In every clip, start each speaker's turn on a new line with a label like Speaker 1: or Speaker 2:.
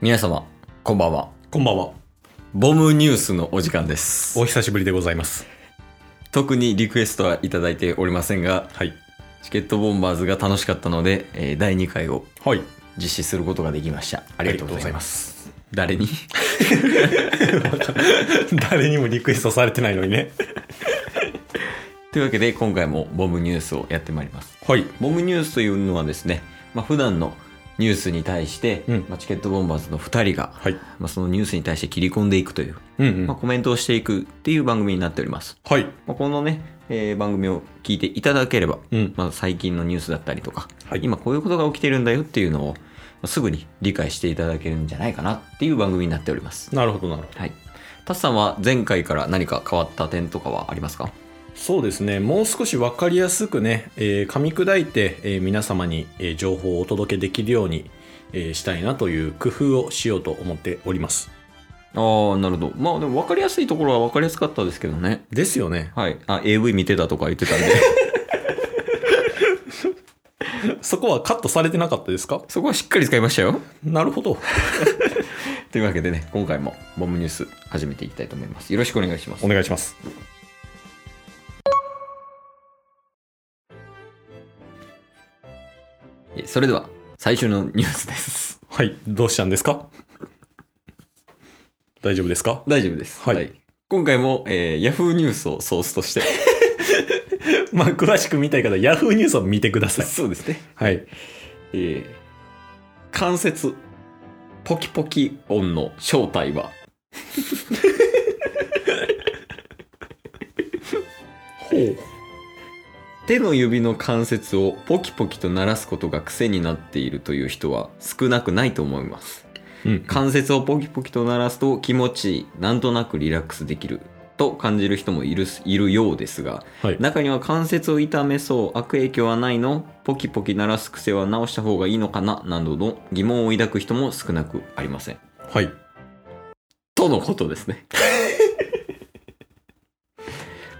Speaker 1: 皆様こんばんは
Speaker 2: こんばんは。
Speaker 1: ボムニュースのお時間です
Speaker 2: お久しぶりでございます。
Speaker 1: 特にリクエストはいただいておりませんが
Speaker 2: はい。
Speaker 1: チケットボンバーズが楽しかったので、えー第2回を
Speaker 2: はい。
Speaker 1: 実施することができましたあ
Speaker 2: あ
Speaker 1: りがとうございます
Speaker 2: す。
Speaker 1: 誰に
Speaker 2: 誰にもリクエストされてないのにね。
Speaker 1: というわけで今回もボムニュースをやってまいります
Speaker 2: はい。
Speaker 1: ボムニュースというのはですね、まあ、普段のニュースに対して、
Speaker 2: うん
Speaker 1: まあ、チケットボンバーズの2人が、
Speaker 2: はい。
Speaker 1: まあ、そのニュースに対して切り込んでいくという、
Speaker 2: うんうん
Speaker 1: まあ、コメントをしていくっていう番組になっております
Speaker 2: はい。
Speaker 1: まあ、このね、えー番組を聞いていただければ、
Speaker 2: うん。
Speaker 1: まあ、最近のニュースだったりとか、
Speaker 2: はい
Speaker 1: 今こういうことが起きてるんだよっていうのを、まあすぐに理解していただけるんじゃないかなっていう番組になっております。
Speaker 2: なるほどなるほど。
Speaker 1: はい。タスさんは前回から何か変わった点とかはありますか
Speaker 2: そうですね。もう少しわかりやすくね、えー噛み砕いて、えー皆様に、えー情報をお届けできるように、えーしたいなという工夫をしようと思っております。
Speaker 1: ああ、なるほど。まあでも分かりやすいところは分かりやすかったですけどね。
Speaker 2: ですよね。
Speaker 1: はい。あ、AV 見てたとか言ってたんで、
Speaker 2: そこはカットされてなかったですか
Speaker 1: そこはしっかり使いましたよ。
Speaker 2: なるほど。
Speaker 1: というわけでね、今回もボムニュース始めていきたいと思います。よろしくお願いします。
Speaker 2: お願いします。
Speaker 1: えそれでは、最初のニュースです。
Speaker 2: はい。どうしたんですか大丈夫ですか
Speaker 1: 大丈夫です。
Speaker 2: はい
Speaker 1: 今回も、えー、Yahoo ニュースをソースとして。
Speaker 2: まあ、詳しく見たい方、ヤフーニュースを見てくださ い。
Speaker 1: そうですね。
Speaker 2: はい。
Speaker 1: えー、関節、ポキポキ音の正体は、
Speaker 2: ほう。
Speaker 1: 手の指の関節をポキポキと鳴らすことが癖になっているという人は少なくないと思います。
Speaker 2: うん。
Speaker 1: 関節をポキポキと鳴らすと気持ちいい、なんとなくリラックスできる。と感じる人もいるいるようですが、
Speaker 2: はい。
Speaker 1: 中には関節を痛めそう悪影響はないのポキポキ鳴らす癖は直した方がいいのかななどの疑問を抱く人も少なくありません
Speaker 2: はい。
Speaker 1: とのことですね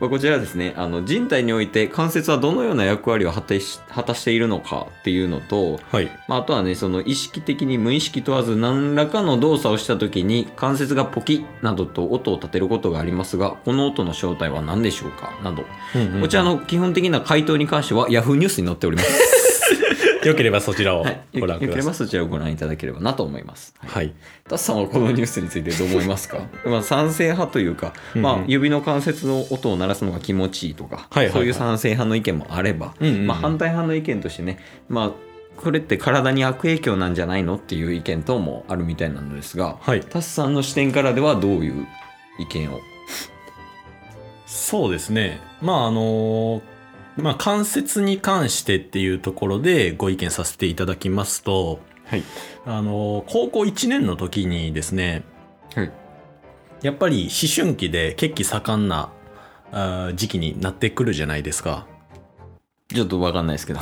Speaker 1: まあこちらですねあの人体において関節はどのような役割を果たし果たしているのかっていうのと、
Speaker 2: はい。
Speaker 1: まあ、あとはねその意識的に無意識問わず何らかの動作をした時に関節がポキなどと音を立てることがありますがこの音の正体は何でしょうかなど
Speaker 2: うんうん
Speaker 1: こちらの基本的な回答に関しては Yahoo ニュースに載っております。
Speaker 2: よければそちらを
Speaker 1: はい、よ
Speaker 2: ご覧
Speaker 1: よ
Speaker 2: く
Speaker 1: け
Speaker 2: だ
Speaker 1: れ
Speaker 2: さ
Speaker 1: ば
Speaker 2: い。
Speaker 1: そちらをご覧いただければなと思います。はい
Speaker 2: はい。
Speaker 1: タスさんはこのニュースについてどう思います かまあ賛成派というか、
Speaker 2: うん
Speaker 1: まあ
Speaker 2: う、ん
Speaker 1: 指の関節の音を鳴らすのが気持ちいいとか、
Speaker 2: はいはいはい
Speaker 1: そういう賛成派の意見もあれば、
Speaker 2: うんうんうん
Speaker 1: まあ、反対派の意見としてね、まあ、これって体に悪影響なんじゃないのっていう意見等もあるみたいなのですが
Speaker 2: はい。
Speaker 1: タスさんの視点からではどういう意見を
Speaker 2: そうですね。まあ、あのーまあ、関節に関してっていうところでご意見させていただきますと、
Speaker 1: はい
Speaker 2: あのー高校1年の時にですね、
Speaker 1: はい
Speaker 2: やっぱり思春期で血気盛んなあー時期になってくるじゃないですか。
Speaker 1: ちょっと分かんないですけど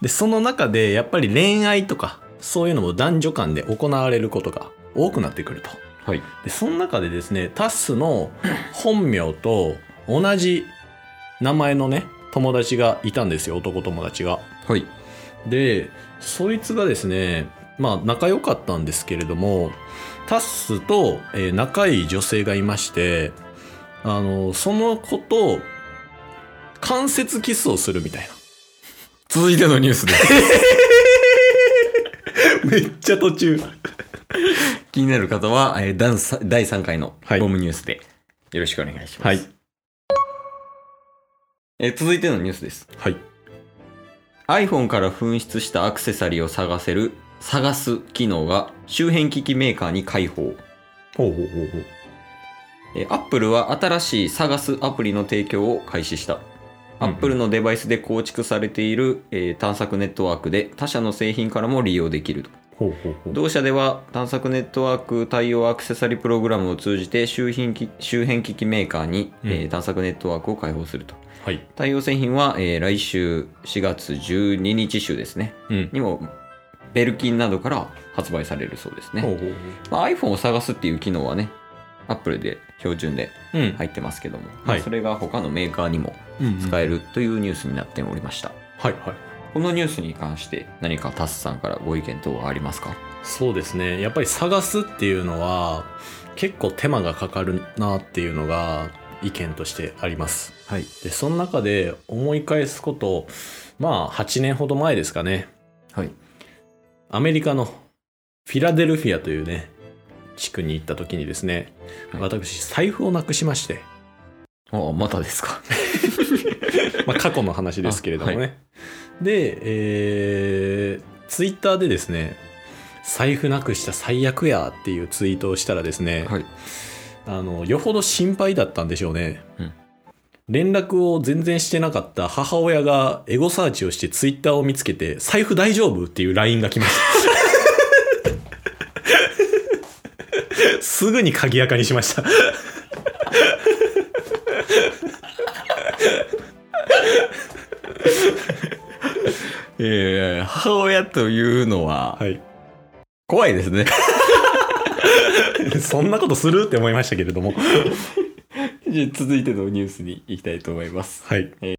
Speaker 2: でその中でやっぱり恋愛とかそういうのも男女間で行われることが多くなってくると
Speaker 1: はい
Speaker 2: でその中でですねタッスの本名と同じ名前のね友達がいたんですよ男友達が
Speaker 1: はい
Speaker 2: でそいつがですねまあ仲良かったんですけれどもタッスと、えー仲いい女性がいましてあのその子と関節キスをするみたいな
Speaker 1: 続いてのニュースです
Speaker 2: めっちゃ途中
Speaker 1: 気になる方は、えー第三第3回の
Speaker 2: はい
Speaker 1: ボムニュースでよろしくお願いします。
Speaker 2: はい
Speaker 1: えー続いてのニュースです。
Speaker 2: はい
Speaker 1: iPhone から紛失したアクセサリーを探せる、探す機能が周辺機器メーカーに開放。
Speaker 2: ほうほうほうほう
Speaker 1: えー Apple は新しい探すアプリの提供を開始した。
Speaker 2: うんうん
Speaker 1: Apple のデバイスで構築されている、えー探索ネットワークで他社の製品からも利用できると。
Speaker 2: ほうほうほう
Speaker 1: 同社では探索ネットワーク対応アクセサリープログラムを通じて周辺機周辺機器メーカーに、
Speaker 2: うん
Speaker 1: えー探索ネットワークを開放すると
Speaker 2: はい。
Speaker 1: 対応製品は、えー来週4月12日週ですね
Speaker 2: うん。
Speaker 1: にもベルキンなどから発売されるそうですね、
Speaker 2: ほう
Speaker 1: まあ、iPhone を探すっていう機能はね Apple で標準で
Speaker 2: ほう。うん。
Speaker 1: 入ってますけども、まあ
Speaker 2: はい
Speaker 1: それが他のメーカーにも使
Speaker 2: え
Speaker 1: えるというニュースになっておりました、
Speaker 2: はいはい。
Speaker 1: このニュースに関して何かタスさんからご意見等はありますか
Speaker 2: そうですねやっぱり探すっていうのは結構手間がかかるなっていうのが意見としてあります
Speaker 1: はい。
Speaker 2: でその中で思い返すことまあ8年ほど前ですかね
Speaker 1: はい。
Speaker 2: アメリカのフィラデルフィアというね地区に行った時にですね、
Speaker 1: はい
Speaker 2: 私財布をなくしまして、
Speaker 1: ああ、またですか。
Speaker 2: まあ、過去の話ですけれどもね、
Speaker 1: あは
Speaker 2: で、えー、ツイッターでですね財布なくした最悪やっていうツイートをしたらですね、
Speaker 1: はい。
Speaker 2: あのよほど心配だったんでしょうね、
Speaker 1: うん
Speaker 2: 連絡を全然してなかった母親がエゴサーチをしてツイッターを見つけて「財布大丈夫?」っていう LINE が来ました すぐに鍵垢にしました
Speaker 1: いやいやいや母親というのは
Speaker 2: はい
Speaker 1: 怖いですね。
Speaker 2: そんなことするって思いましたけれども
Speaker 1: じゃあ 続いてのニュースに行きたいと思います。
Speaker 2: はい
Speaker 1: えー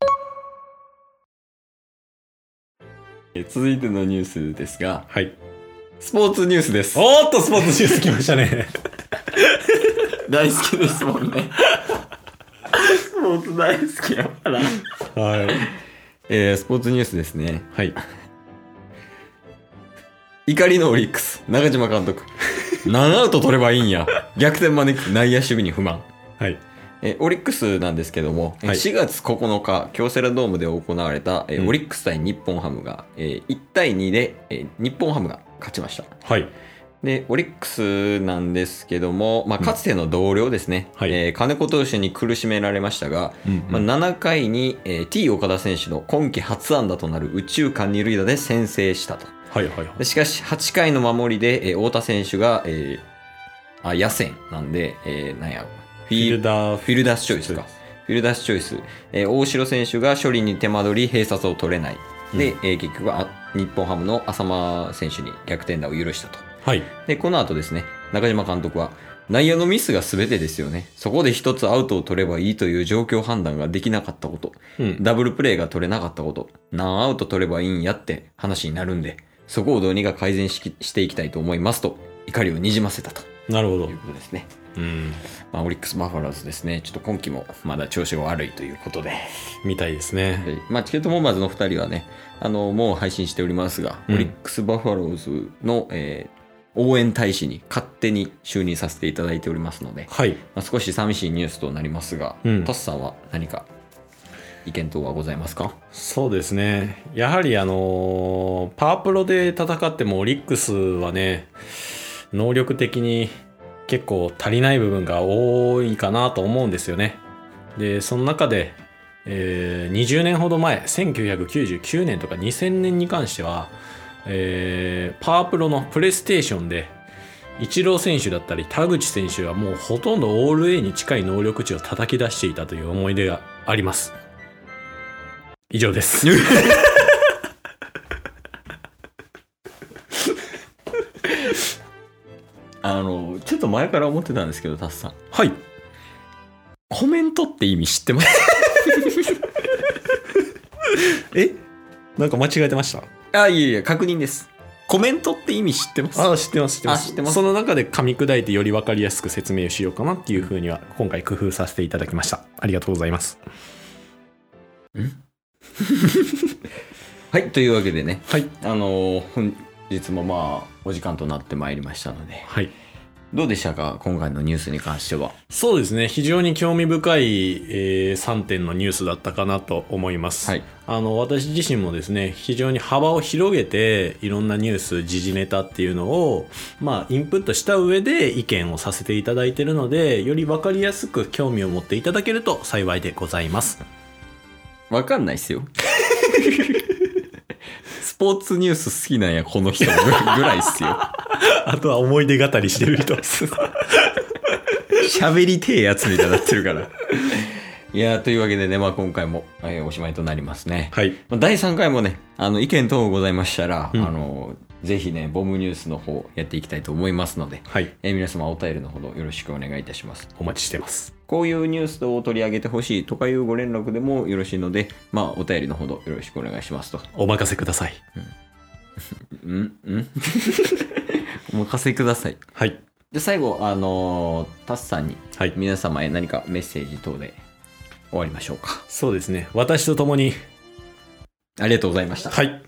Speaker 1: 続いてのニュースですが、
Speaker 2: はい
Speaker 1: スポーツニュースです。
Speaker 2: おーっとスポーツニュース来ましたね
Speaker 1: 大好きですもんね。スポーツ大好きやから。
Speaker 2: はい
Speaker 1: えースポーツニュースですね。
Speaker 2: はい
Speaker 1: 怒りのオリックス、中島監督。7アウト取ればいいんや。逆転招く内野守備に不満。
Speaker 2: はい
Speaker 1: えーオリックスなんですけども、えー
Speaker 2: はい
Speaker 1: 4月9日、京セラドームで行われた、えー
Speaker 2: うん
Speaker 1: オリックス対日本ハムが、えー1対2で、えー日本ハムが勝ちました。
Speaker 2: はい
Speaker 1: で、オリックスなんですけども、まあ、
Speaker 2: うん
Speaker 1: かつての同僚ですね、
Speaker 2: はい
Speaker 1: えー金子投手に苦しめられましたが、
Speaker 2: うん
Speaker 1: まあ、7回に、えー T 岡田選手の今季初安打となる宇宙間二塁打で先制したと。
Speaker 2: はいはいはい
Speaker 1: でしかし、8回の守りで、えー太田選手が、えーあ、野戦なんで、えーなんや、フ
Speaker 2: フ
Speaker 1: ィ
Speaker 2: ィ
Speaker 1: ー
Speaker 2: ルダー
Speaker 1: フィルダースチョイスか。フィルダースチョイス。えー大城選手が処理に手間取り、併殺を取れない。で、
Speaker 2: う
Speaker 1: えー結局はあ日本ハムの浅間選手に逆転打を許したと。
Speaker 2: はい
Speaker 1: で、この後ですね、中島監督は、内野のミスが全てですよね。そこで一つアウトを取ればいいという状況判断ができなかったこと。
Speaker 2: うん
Speaker 1: ダブルプレーが取れなかったこと。何アウト取ればいいんやって話になるんで、そこをどうにか改善しきしていきたいと思いますと、怒りをにじませたと
Speaker 2: なるほど
Speaker 1: いうことですね。
Speaker 2: うん
Speaker 1: まあ、オリックス・バファローズですね、ちょっと今季もまだ調子が悪いということで、
Speaker 2: みたいですね
Speaker 1: でまあ、チケットボンバーズの2人はね、あのもう配信しておりますが、
Speaker 2: うん
Speaker 1: オリックス・バファローズの、えー応援大使に勝手に就任させていただいておりますので、
Speaker 2: はい
Speaker 1: まあ、少し寂しいニュースとなりますが、
Speaker 2: うん
Speaker 1: タスさんは何か意見等はございますか
Speaker 2: そうですね。やはりあのーパワープロで戦ってもオリックスはね、能力的に結構足りない部分が多いかなと思うんですよね。で、その中で、えー20年ほど前、1999年とか2000年に関しては、えーパワープロのプレイステーションで、イチロー選手だったり田口選手はもうほとんどオール A に近い能力値を叩き出していたという思い出があります。以上です。
Speaker 1: あのちょっと前から思ってたんですけど、タスさん、
Speaker 2: はい。
Speaker 1: コメントって意味知ってます
Speaker 2: えなんか間違えてまし た
Speaker 1: あ、いえいえ、確認です。コメントって意味知ってます
Speaker 2: ああ、知ってます、知ってま
Speaker 1: あ
Speaker 2: す。
Speaker 1: 知ってます
Speaker 2: その中で噛み砕いてより分かりやすく説明をしようかなっていうふうには、今回工夫させていただきました。ありがとうございます。
Speaker 1: はい、というわけでね、
Speaker 2: はい。
Speaker 1: あのー本日もまあお時間となってまいりましたので
Speaker 2: はい。
Speaker 1: どうでしたか今回のニュースに関しては
Speaker 2: そうですね。非常に興味深い、え3点のニュースだったかなと思います。
Speaker 1: はい
Speaker 2: あの私自身もですね非常に幅を広げていろんなニュース時事ネタっていうのを、まあ、インプットした上で意見をさせていただいているのでより分かりやすく興味を持っていただけると幸いでございます。
Speaker 1: わかんないっす よスポーツニュース好きなんやこの人ぐらいっすよ
Speaker 2: あとは思い出語りしてる 人。
Speaker 1: 喋りてえやつみたいになってるから いやーというわけでね、まあ、今回も、えーおしまいとなりますね、
Speaker 2: はい。
Speaker 1: まあ第3回もねあの意見等ございましたら、
Speaker 2: うん
Speaker 1: あのぜひねボムニュースの方やっていきたいと思いますので、
Speaker 2: はい。
Speaker 1: えー皆様お便りのほどよろしくお願いいたします
Speaker 2: お待ちしてます。
Speaker 1: こういうニュースを取り上げてほしいとかいうご連絡でもよろしいので、まあ、お便りのほどよろしくお願いしますと。
Speaker 2: お任せください。
Speaker 1: うんうん お任せください。
Speaker 2: はい。
Speaker 1: で、最後、あのータスさんに
Speaker 2: はい。
Speaker 1: 皆様へ何かメッセージ等で終わりましょうか。
Speaker 2: そうですね。私と共に。
Speaker 1: ありがとうございました。
Speaker 2: はい。